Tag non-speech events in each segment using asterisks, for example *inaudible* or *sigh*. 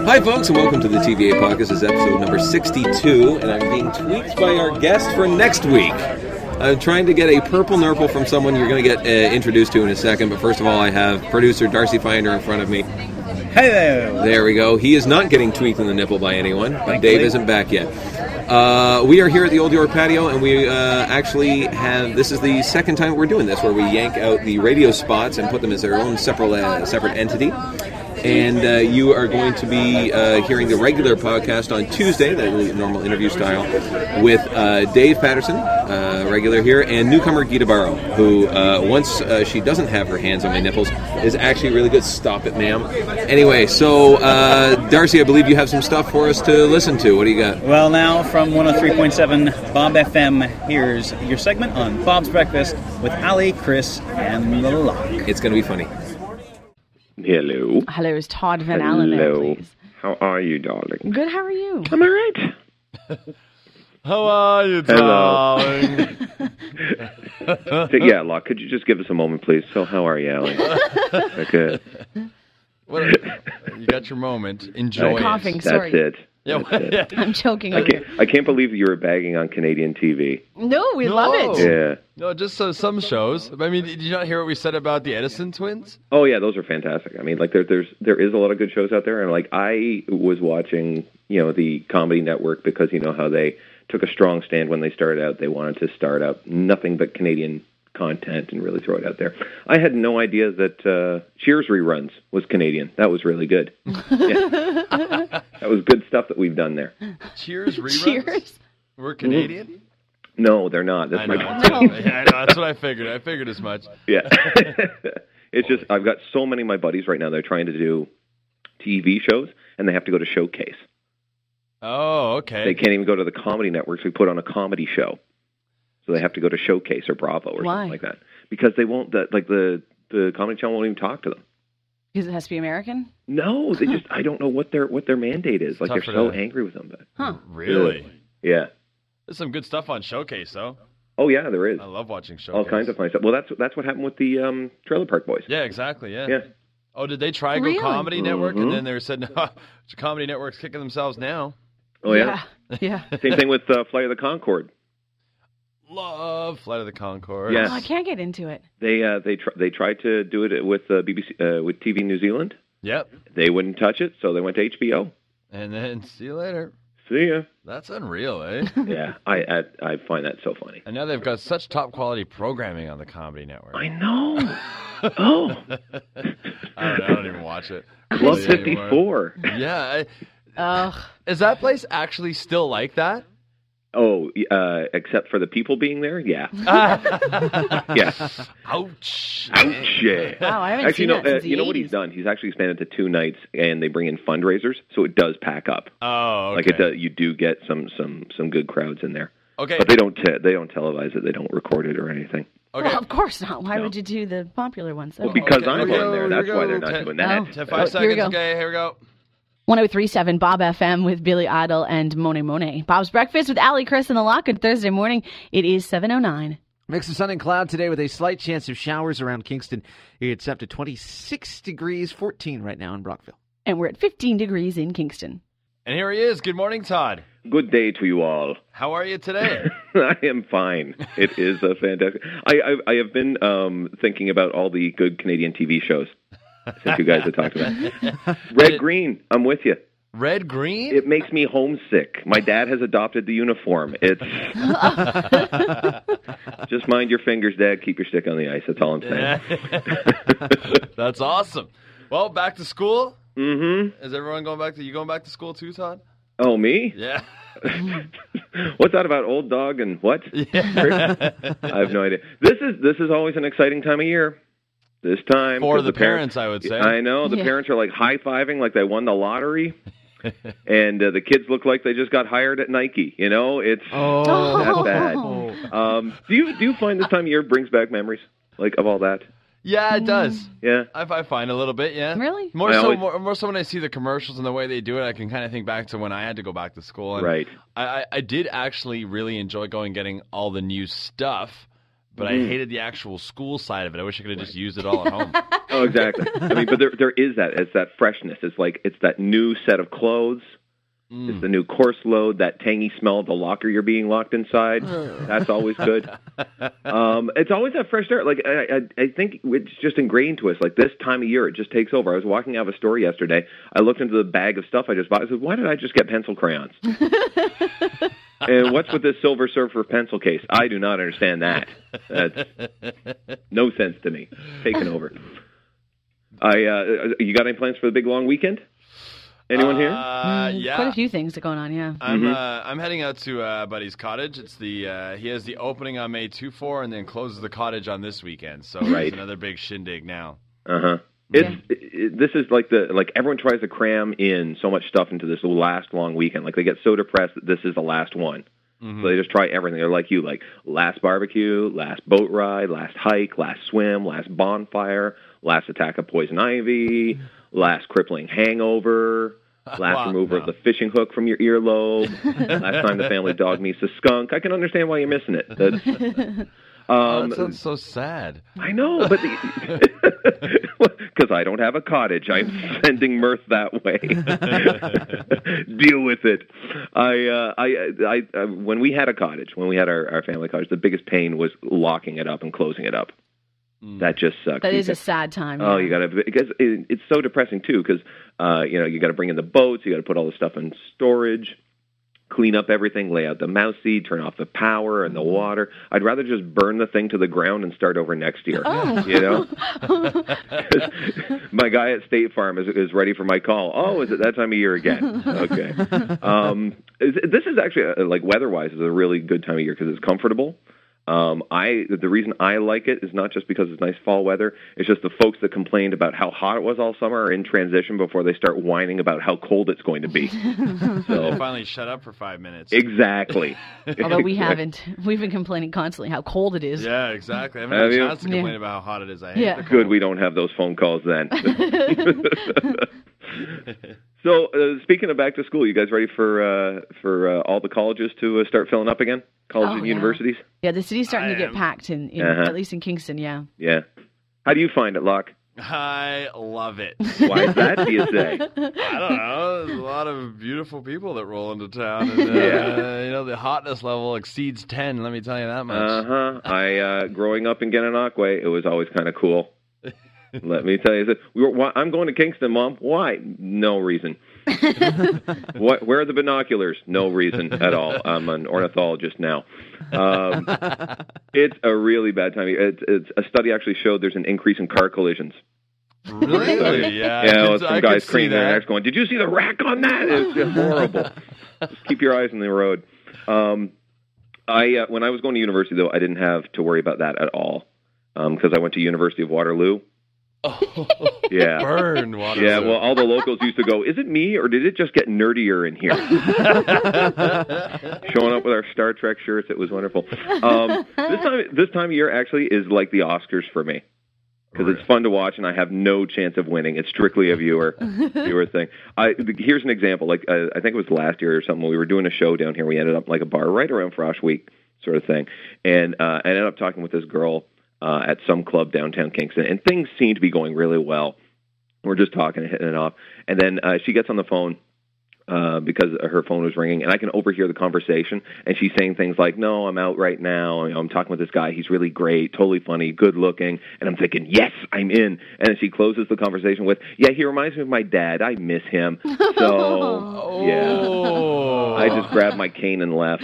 Hi, folks, and welcome to the TVA Podcast. This is episode number 62, and I'm being tweaked by our guest for next week. I'm trying to get a purple nurple from someone you're going to get uh, introduced to in a second, but first of all, I have producer Darcy Finder in front of me. Hello. There we go. He is not getting tweaked in the nipple by anyone, but Thankfully. Dave isn't back yet. Uh, we are here at the Old York Patio, and we uh, actually have this is the second time we're doing this, where we yank out the radio spots and put them as their own separate uh, separate entity. And uh, you are going to be uh, hearing the regular podcast on Tuesday, the normal interview style, with uh, Dave Patterson, uh, regular here, and newcomer Gita Barrow, who, uh, once uh, she doesn't have her hands on my nipples, is actually really good. Stop it, ma'am. Anyway, so uh, Darcy, I believe you have some stuff for us to listen to. What do you got? Well, now from 103.7 Bob FM, here's your segment on Bob's Breakfast with Ali, Chris, and the Lock. It's going to be funny. Hello. Hello, is Todd Van Allen there, Hello. please? How are you, darling? Good, how are *laughs* you? I'm all right. How are you, Hello. *laughs* darling? So, yeah, Locke, could you just give us a moment, please? So, how are you, Allie? okay. What a- you got your moment. Enjoy it. Coughing. That's sorry. it. *laughs* Yeah, That's it. I'm joking. I over can't, here. I can't believe you were bagging on Canadian TV. No, we love No. it. Yeah. no, just uh, some shows. I mean, did you not hear what we said about the Edison twins? Oh yeah, those are fantastic. I mean, like there, there's there is a lot of good shows out there, and like I was watching, you know, the Comedy Network because you know how they took a strong stand when they started out. They wanted to start out nothing but Canadian content and really throw it out there. I had no idea that uh, Cheers reruns was Canadian. That was really good. Yeah. that was good stuff that we've done there. *laughs* Cheers reruns. Cheers. We're Canadian. No, they're not. Mm-hmm. That's I my know. *laughs* That's what I- yeah, I know. That's what I figured. I figured as much. *laughs* Yeah. *laughs* it's just I've got so many of my buddies right now. They're trying to do TV shows and they have to go to Showcase. Oh, They okay. can't even go to the comedy networks. We put on a comedy show, so they have to go to Showcase or Bravo or Why? something like that because they won't. The, like the the comedy channel won't even talk to them. Because it has to be American? No, they just. I don't know what their what their mandate is. Like Tough they're for so them. angry with them. But Huh. Really? yeah. There's some good stuff on Showcase, though. Oh yeah, there is I love watching Showcase. all kinds of funny stuff. Well, that's that's what happened with the um, Trailer Park Boys. Yeah, exactly. Yeah. Yeah. Oh, did they try Really? go Comedy Network, Mhm. and then they were said, *laughs* "No, Comedy Network's kicking themselves now." Oh *laughs* yeah. Yeah. yeah. Same thing with uh, Flight of the Concord. Love Flight of the Conchords. Yes. Oh, I can't get into it. They uh, they tr- they tried to do it with uh, BBC uh, with TV New Zealand. Yep. They wouldn't touch it, so they went to HBO. And then *laughs* see you later. See ya. That's unreal, eh? yeah, I, I I find that so funny. And now they've got such top quality programming on the Comedy Network. I know. Oh, I don't, know, I don't even *laughs* watch it. Club really anymore. 54. Yeah. I, Ugh. is that place actually still like that? Oh, uh, except for the people being there? Yeah. yeah. Ouch. Ouch. Yeah. Wow, I haven't Actually, seen no, that since uh, you the know what he's 80s. done? He's actually expanded to two nights, and they bring in fundraisers, so it does pack up. Oh, okay. Like it does, you do get some some some good crowds in there, Okay. but they don't te- they don't televise it, they don't record it or anything. okay. Oh, Well, of course not. Why No. would you do the popular ones? Oh. Well, Okay. because okay, I'm here we on go, there, here that's we why go. they're not Ten- doing that. Oh. Ten, five Here we seconds. go. Okay, here we go. 1037 Bob FM with Billy Idol and Monet Monet. Bob's Breakfast with Ali, Chris, and the Lock on Thursday morning. It is 709. Mix of sun and cloud today with a slight chance of showers around Kingston. It's up to 26 degrees, 14 right now in Brockville. And we're at 15 degrees in Kingston. And here he is. Good morning, Todd. Good day to you all. How are *laughs* you today? I am fine. It is a fantastic. I, I I have been um, thinking about all the good Canadian TV shows since you guys have talked about. it. *laughs* Red Green, I'm with you. Red, green? It makes me homesick. My dad has adopted the uniform. *laughs* It's just mind your fingers, Dad. Keep your stick on the ice. That's all I'm saying. *laughs* That's awesome. Well, back to school. hmm Is everyone going back to you going back to school too, Todd? Oh me? Yeah. *laughs* What's that about old dog and what? I have no idea. This is this is always an exciting time of year. This time For 'cause the parents parents, I would say. I know the Yeah. parents are like high fiving like they won the lottery, and uh, the kids look like they just got hired at Nike. You know, it's Oh. that bad. Um, do you do you find this time of year brings back memories like of all that? *gasps* Yeah, it does. Yeah, I, I find a little bit, yeah. Mm. Really? More I so, always- more, more so when I see the commercials and the way they do it, I can kind of think back to when I had to go back to school. And right. I, I, I did actually really enjoy going getting all the new stuff but Mm. I hated the actual school side of it. I wish I could have just used it all at home. Oh, exactly. I mean, but there there is that. It's that freshness. It's like it's that new set of clothes. It's the new course load, that tangy smell of the locker you're being locked inside. That's always good. Um, it's always that fresh air. Like I, I, I think it's just ingrained to us. Like this time of year, it just takes over. I was walking out of a store yesterday. I looked into the bag of stuff I just bought. I said, "Why did I just get pencil crayons?" and what's with this Silver Surfer pencil case? I do not understand that. That's no sense to me. Taken over. I uh, you got any plans for the big long weekend? *laughs* Anyone here? Mm-hmm. Uh, yeah. Mm, Quite a few things going on, yeah. I'm uh, I'm heading out to uh, Buddy's cottage. It's the uh, he has the opening on May two four, and then closes the cottage on this weekend. So Right. it's another big shindig now. Uh huh. It's it, this is like the like everyone tries to cram in so much stuff into this last long weekend. Like they get so depressed that this is the last one, so they just try everything. They're like you, like last barbecue, last boat ride, last hike, last swim, last bonfire, last attack of poison ivy, last crippling hangover. Last Wow, remover of the fishing hook from your earlobe. last time the family dog meets a skunk. I can understand why you're missing it. That's, Oh, um, that sounds so sad. I know, but *laughs* because I don't have a cottage, I'm sending mirth that way. Deal with it. I, uh, I, I, I, when we had a cottage, when we had our, our family cottage, the biggest pain was locking it up and closing it up. That just sucks. That You is a just- sad time. Oh, yeah. you got to because it, it's so depressing too. Because uh, you know you got to bring in the boats, you got to put all the stuff in storage, clean up everything, lay out the mouse seed, turn off the power and the Mm-hmm. water. I'd rather just burn the thing to the ground and start over next year. Oh. You *laughs* know, *laughs* my guy at State Farm is is ready for my call. Oh, is it that time of year *laughs* again? Okay. Um, is, this is actually uh, like weather-wise is a really good time of year because it's comfortable. Um, I the reason I like it is not just because it's nice fall weather. It's just the folks that complained about how hot it was all summer are in transition before they start whining about how cold it's going to *laughs* be. I so finally shut up for five minutes. exactly. Although Exactly. we haven't. We've been complaining constantly how cold it is. Yeah, exactly. I haven't Have had a you? chance to Yeah. complain about how hot it is. I hate Yeah. the cold. Good, we don't have those phone calls then. *laughs* so uh, speaking of back to school, you guys ready for uh, for uh, all the colleges to uh, start filling up again? Colleges Oh, and yeah. universities. Yeah, the city's starting I to get am- packed in, in Uh-huh. at least in Kingston. Yeah, Yeah. How do you find it, Locke? *laughs* I *laughs* love it. Why is that? Do you say? I don't know. There's a lot of beautiful people that roll into town. And, *laughs* uh, Yeah. You know, the hotness level exceeds 10, let me tell you that much. Uh huh. I uh, growing up in Gananoque, it was always kind of cool. Let me tell you, I said, we were, why, I'm going to Kingston, Mom. Why? No reason. what? Where are the binoculars? No reason at all. I'm an ornithologist now. Um, it's a really bad time. It's, it's a study actually showed there's an increase in car collisions. really? Yeah. *laughs* I yeah, could- with I some could guys see craning their that. necks, going, "Did you see the rack on that? It's *laughs* just horrible." just keep your eyes on the road. Um, I uh, when I was going to university though, I didn't have to worry about that at all because I went to University of Waterloo. yeah. Oh. *laughs* Burn water. Yeah, well, all the locals used to go, is it me or did it just get nerdier in here? Showing up with our Star Trek shirts, it was wonderful. Um, this time, this time of year actually is like the Oscars for me because it's fun to watch, and I have no chance of winning. It's strictly a viewer viewer thing. I here's an example. Like uh, I think it was last year or something. We were doing a show down here. We ended up like a bar right around Frosh Week sort of thing, and uh, I ended up talking with this girl uh, at some club downtown Kingston, and things seemed to be going really well. We're just talking and hitting it off, and then uh, she gets on the phone uh, because her phone was ringing, and I can overhear the conversation. And she's saying things like, "No, I'm out right now. You know, I'm talking with this guy. He's really great, totally funny, good looking." And I'm thinking, "Yes, I'm in." And then she closes the conversation with, "Yeah, he reminds me of my dad. I miss him." So yeah, Oh. I just grabbed my cane and left.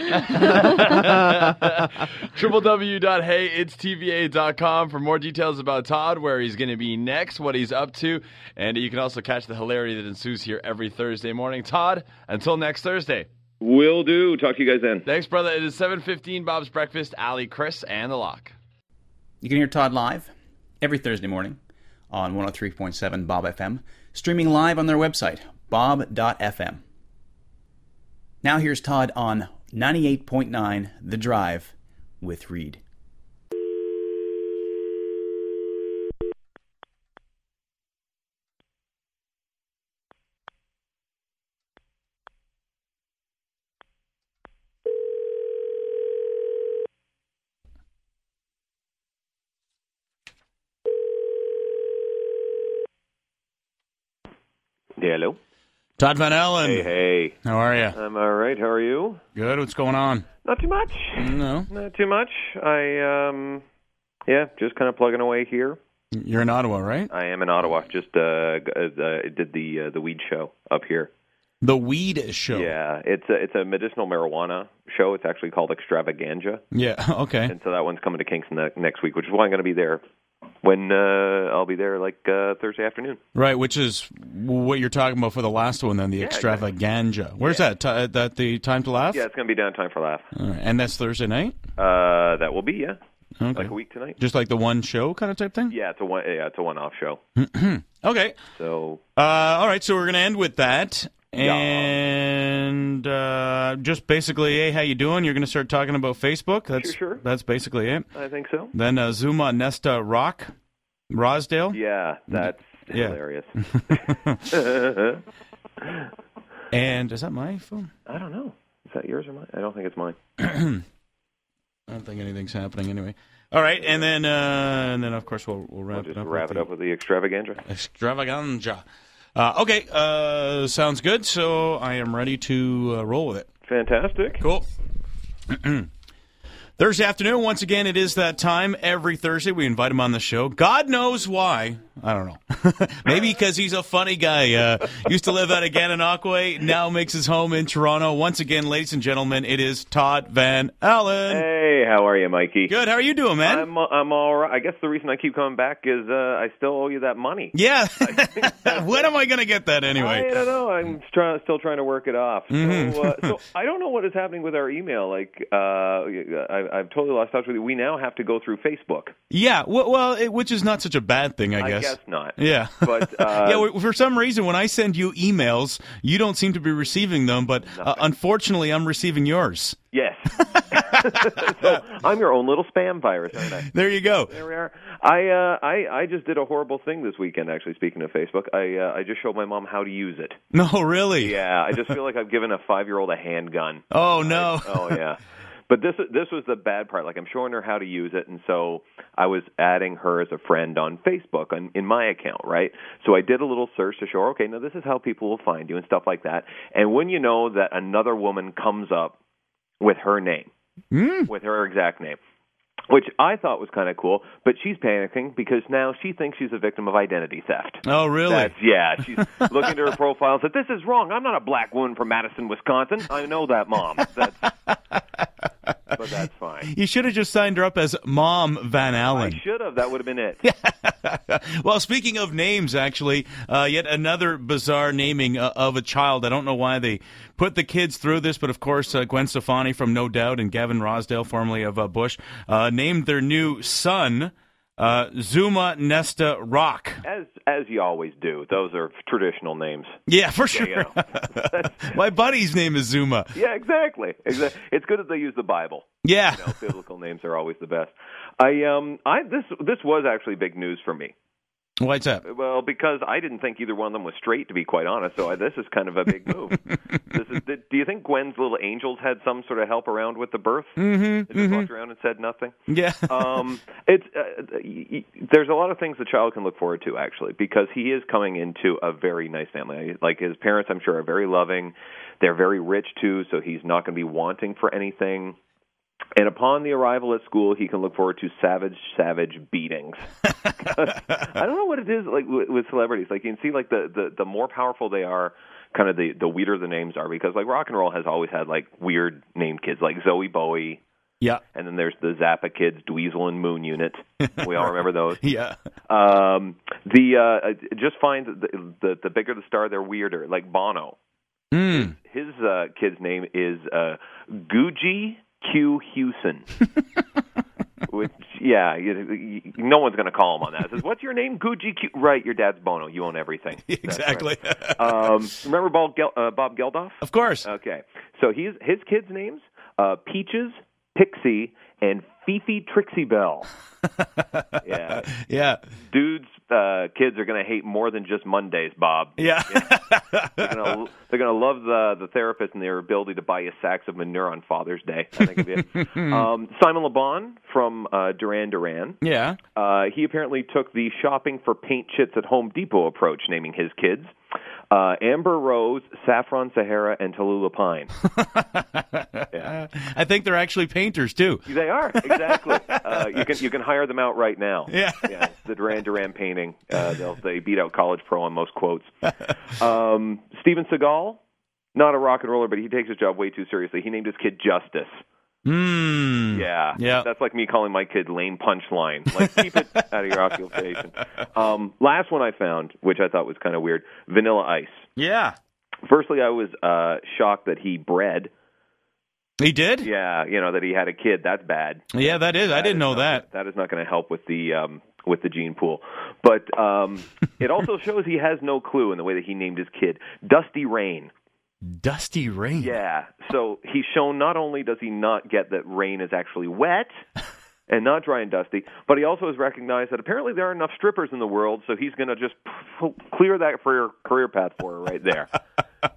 www.heyitstva.com for more details about Todd, where he's going to be next, what he's up to, and you can also catch the hilarity that ensues here every Thursday morning. Todd, until next Thursday. Will do. Talk to you guys then. Thanks, brother. It is 7.15, Bob's Breakfast, Ali, Chris, and The Lock. You can hear Todd live every Thursday morning on 103.7 Bob FM, streaming live on their website, bob.fm. Now here's Todd on 98.9 The Drive with Reed. Hello. Todd Van Allen. Hey, hey. How are you? I'm all right. How are you? Good. What's going on? Not too much. No, Not too much. I um, yeah, just kind of plugging away here. you're in Ottawa, right? I am in Ottawa. Just uh, g- uh uh, did the uh, the weed show up here. The Weed Show. Yeah, it's a, it's a medicinal marijuana show. It's actually called Extravaganza, Yeah. *laughs* Okay. and so that one's coming to Kingston ne- next week, which is why I'm going to be there. When uh, I'll be there like uh, Thursday afternoon. Right. Which is what you're talking about for the last one, then the extravaganza. Where's that? Ti- uh, that the time to laugh? Yeah, it's going to be downtime for laugh. All right. And that's Thursday night. Uh, that will be yeah, Okay. like a week tonight. Just like the one show kind of type thing. Yeah, it's a one. Yeah, it's a one-off show. Okay. So Uh, all right. So we're gonna end with that. And uh, just basically, hey, how you doing? You're gonna start talking about Facebook. That's Sure, sure. that's basically it. I think so. Then uh, Zuma Nesta Rock, Rosdale. Yeah, that's Yeah. hilarious. *laughs* And is that my phone? I don't know. Is that yours or mine? I don't think it's mine. I don't think anything's happening anyway. All right, and then uh, and then of course we'll we'll wrap We'll just it up. wrap with it up with the extravaganza. the Extravaganza. Uh, okay, uh, sounds good. So I am ready to uh, roll with it. Fantastic. Cool. *clears throat* Thursday afternoon, once again, it is that time. Every Thursday, we invite him on the show. God knows why. I don't know. *laughs* Maybe because he's a funny guy. Uh, used to live out of Gananoque, now makes his home in Toronto. Once again, ladies and gentlemen, it is Todd Van Allen. Hey, how are you, Mikey? Good. How are you doing, man? I'm I'm all right. I guess the reason I keep coming back is uh, I still owe you that money. *laughs* Yeah. *laughs* when am I going to get that I anyway? don't know. I'm try- still trying to work it off. Mm-hmm. So, uh, *laughs* so I don't know what is happening with our email. Like, uh, I, I've totally lost touch with you. We now have to go through Facebook. Yeah. Well, well it, which is not such a bad thing, I I guess. guess *laughs* not. Yeah. But, uh, yeah, w- for some reason, when I send you emails, you don't seem to be receiving them, but uh, unfortunately, I'm receiving yours. Yes. *laughs* *laughs* so I'm your own little spam virus, aren't I? There you go. *laughs* There we are. I uh, I I just did a horrible thing this weekend. Actually, speaking of Facebook, I uh, I just showed my mom how to use it. No, really? Yeah, I just feel like I've given a five year old a handgun. Oh, no. Oh yeah. But this this was the bad part. Like I'm showing her how to use it, and so I was adding her as a friend on Facebook on, in my account, right? So I did a little search to show her, okay, now this is how people will find you and stuff like that. And when you know that another woman comes up with her name, with her exact name, which I thought was kind of cool, but she's panicking because now she thinks she's a victim of identity theft. Oh, really? That's, yeah, she's looking to her profile and said, "This is wrong. I'm not a black woman from Madison, Wisconsin. I know that, mom. That's, but that's fine. you should have just signed her up as Mom Van I Allen. should have. That would have been it. Well, speaking of names, actually, uh, yet another bizarre naming uh, of a child. I don't know why they put the kids through this, but of course, uh, Gwen Stefani from No Doubt and Gavin Rosdale, formerly of uh, Bush, uh, named their new son uh, Zuma Nesta Rock. As as you always do. Those are traditional names. Yeah, for sure. You know. *laughs* My buddy's name is Zuma. yeah, exactly. Exactly. It's good that they use the Bible. Yeah. No, biblical names are always the best. I um I this this was actually big news for me. What's up? Well, because I didn't think either one of them was straight, to be quite honest. So I, this is kind of a big *laughs* move. this is. Did, do you think Gwen's little angels had some sort of help around with the birth? Mm-hmm, they just walked around and said nothing. Yeah. Um, it's uh, y- y- there's a lot of things the child can look forward to actually because he is coming into a very nice family. Like his parents, I'm sure, are very loving. They're very rich too, so he's not going to be wanting for anything. And upon the arrival at school, he can look forward to savage, savage beatings. I don't know what it is like with, with celebrities. Like you can see, like the, the the more powerful they are, kind of the the weirder the names are. Because like rock and roll has always had like weird named kids, like Zoe Bowie, *laughs* yeah. and then there's the Zappa kids, Dweezil and Moon Unit. We all remember those. Yeah. Um, the uh, I just find that the, the the bigger the star, they're weirder. Like Bono, Mm. his uh, kid's name is uh, Guji Q Hewson. Which, yeah, you, you, no one's going to call him on that. It says, "What's your name, Guji Q?" Right, your dad's Bono. You own everything. That's right. Exactly. Um, remember Bob, Gel- uh, Bob Geldof? of course. Okay. So he's his kids' names: uh, Peaches, Pixie, and Fifi Trixie Belle. yeah, yeah. dudes, uh, kids are gonna hate more than just Mondays, Bob. *laughs* Yeah. They're gonna, they're gonna love the the therapist and their ability to buy you sacks of manure on Father's Day. I think of it. um, Simon LeBon from uh, Duran Duran. yeah. Uh, he apparently took the shopping for paint chits at Home Depot approach, naming his kids. Uh, Amber Rose, Saffron Sahara, and Tallulah Pine. I think they're actually painters too. They are exactly. Uh, you can you can hire them out right now. Yeah. it's the Duran Duran painting. Uh, they'll they beat out College Pro on most *laughs* quotes. Um, Steven Seagal, not a rock and roller, but he takes his job way too seriously. He named his kid Justice. Hmm. Yeah, Yeah. That's like me calling my kid lame punchline. Like keep *laughs* it out of your occupation. Um, last one I found, which I thought was kind of weird, Vanilla Ice. Yeah. Firstly, I was uh, shocked that he bred. He did. Yeah, you know that he had a kid. That's bad. Yeah, that is. I didn't is know not- that. That is not going to help with the um, with the gene pool. But um, it *laughs* also shows he has no clue in the way that he named his kid Dusty Rain. Dusty Rain. Yeah. So he's shown not only does he not get that rain is actually *laughs* wet and not dry and dusty, but he also has recognized that apparently there are enough strippers in the world, so he's going to just p- clear that for your career path for her right *laughs* there.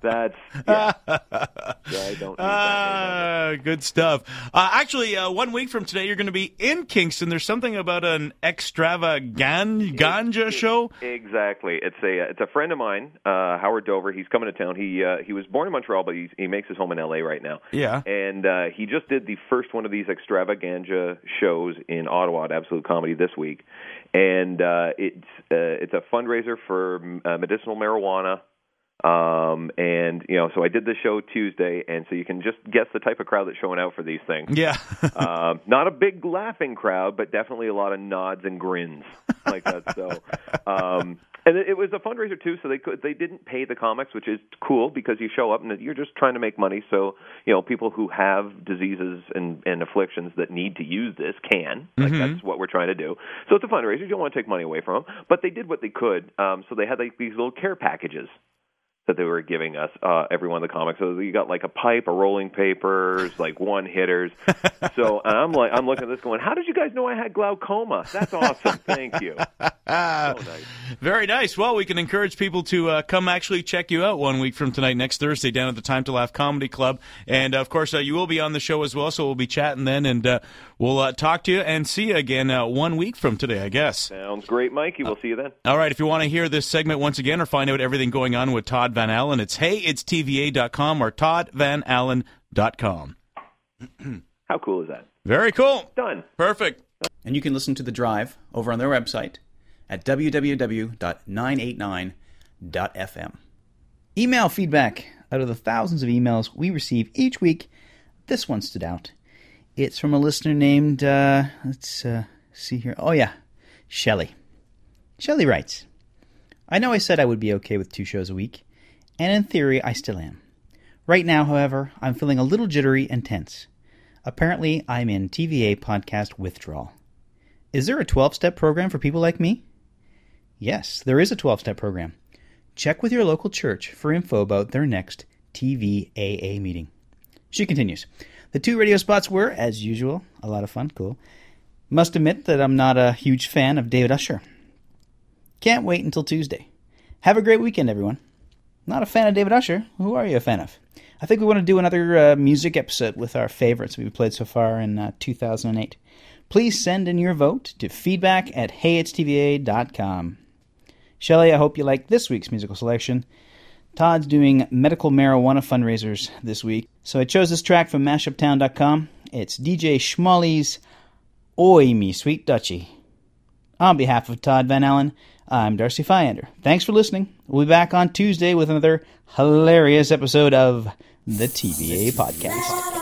That's yeah. yeah I don't. Need that name. Ah, *laughs* good stuff. Uh, actually, uh, one week from today, you're going to be in Kingston. There's something about an extravaganza show. Exactly. It's a it's a friend of mine, uh, Howard Dover. He's coming to town. He uh, he was born in Montreal, but he's, he makes his home in L.A. right now. Yeah. And uh, he just did the first one of these extravaganza shows in Ottawa at Absolute Comedy this week, and uh, it's uh, it's a fundraiser for m- uh, medicinal marijuana. Um, and you know, so I did the show Tuesday, and so you can just guess the type of crowd that's showing out for these things. Yeah. *laughs* *laughs* Um, not a big laughing crowd, but definitely a lot of nods and grins like that. So, um, and it, it was a fundraiser too, so they could they didn't pay the comics, which is cool because you show up and you're just trying to make money. So you know people who have diseases and, and afflictions that need to use this can. Like that's what we're trying to do. So it's a fundraiser. You don't want to take money away from them, but they did what they could. Um, so they had like these little care packages that they were giving us uh, every one of the comics. So you got like a pipe, a rolling papers, like one hitters. so and I'm like, I'm looking at this going, how did you guys know I had glaucoma? That's awesome. Thank you. So nice. Very nice. Well, we can encourage people to uh, come actually check you out one week from tonight, next Thursday, down at the Time to Laugh Comedy Club. And of course, uh, you will be on the show as well, so we'll be chatting then, and uh, we'll uh, talk to you and see you again uh, one week from today, I guess. Sounds great, Mikey. We'll see you then. All right, if you want to hear this segment once again or find out everything going on with Todd Van Allen, it's heyitstva.com or toddvanallen.com. How cool is that? Very cool. Done. Perfect. And you can listen to The Drive over on their website at www.989.fm. Email feedback. Out of the thousands of emails we receive each week, this one stood out. It's from a listener named, uh, let's uh, see here. Oh, yeah, Shelley. Shelley writes I know I said I would be okay with two shows a week, and in theory, I still am. Right now, however, I'm feeling a little jittery and tense. Apparently, I'm in TVA podcast withdrawal. Is there a 12 step program for people like me? Yes, there is a 12 step program. Check with your local church for info about their next TVAA meeting. She continues The two radio spots were, as usual, a lot of fun, cool. Must admit that I'm not a huge fan of David Usher. Can't wait until Tuesday. Have a great weekend, everyone. Not a fan of David Usher. Who are you a fan of? I think we want to do another uh, music episode with our favorites we've played so far in uh, 2008. Please send in your vote to feedback at heyhtva.com. Shelley, I hope you like this week's musical selection. Todd's doing medical marijuana fundraisers this week, so I chose this track from mashuptown.com. It's DJ Schmalley's Oi Me Sweet Dutchie. On behalf of Todd Van Allen, I'm Darcy Fyander. Thanks for listening. We'll be back on Tuesday with another hilarious episode of the TVA Podcast.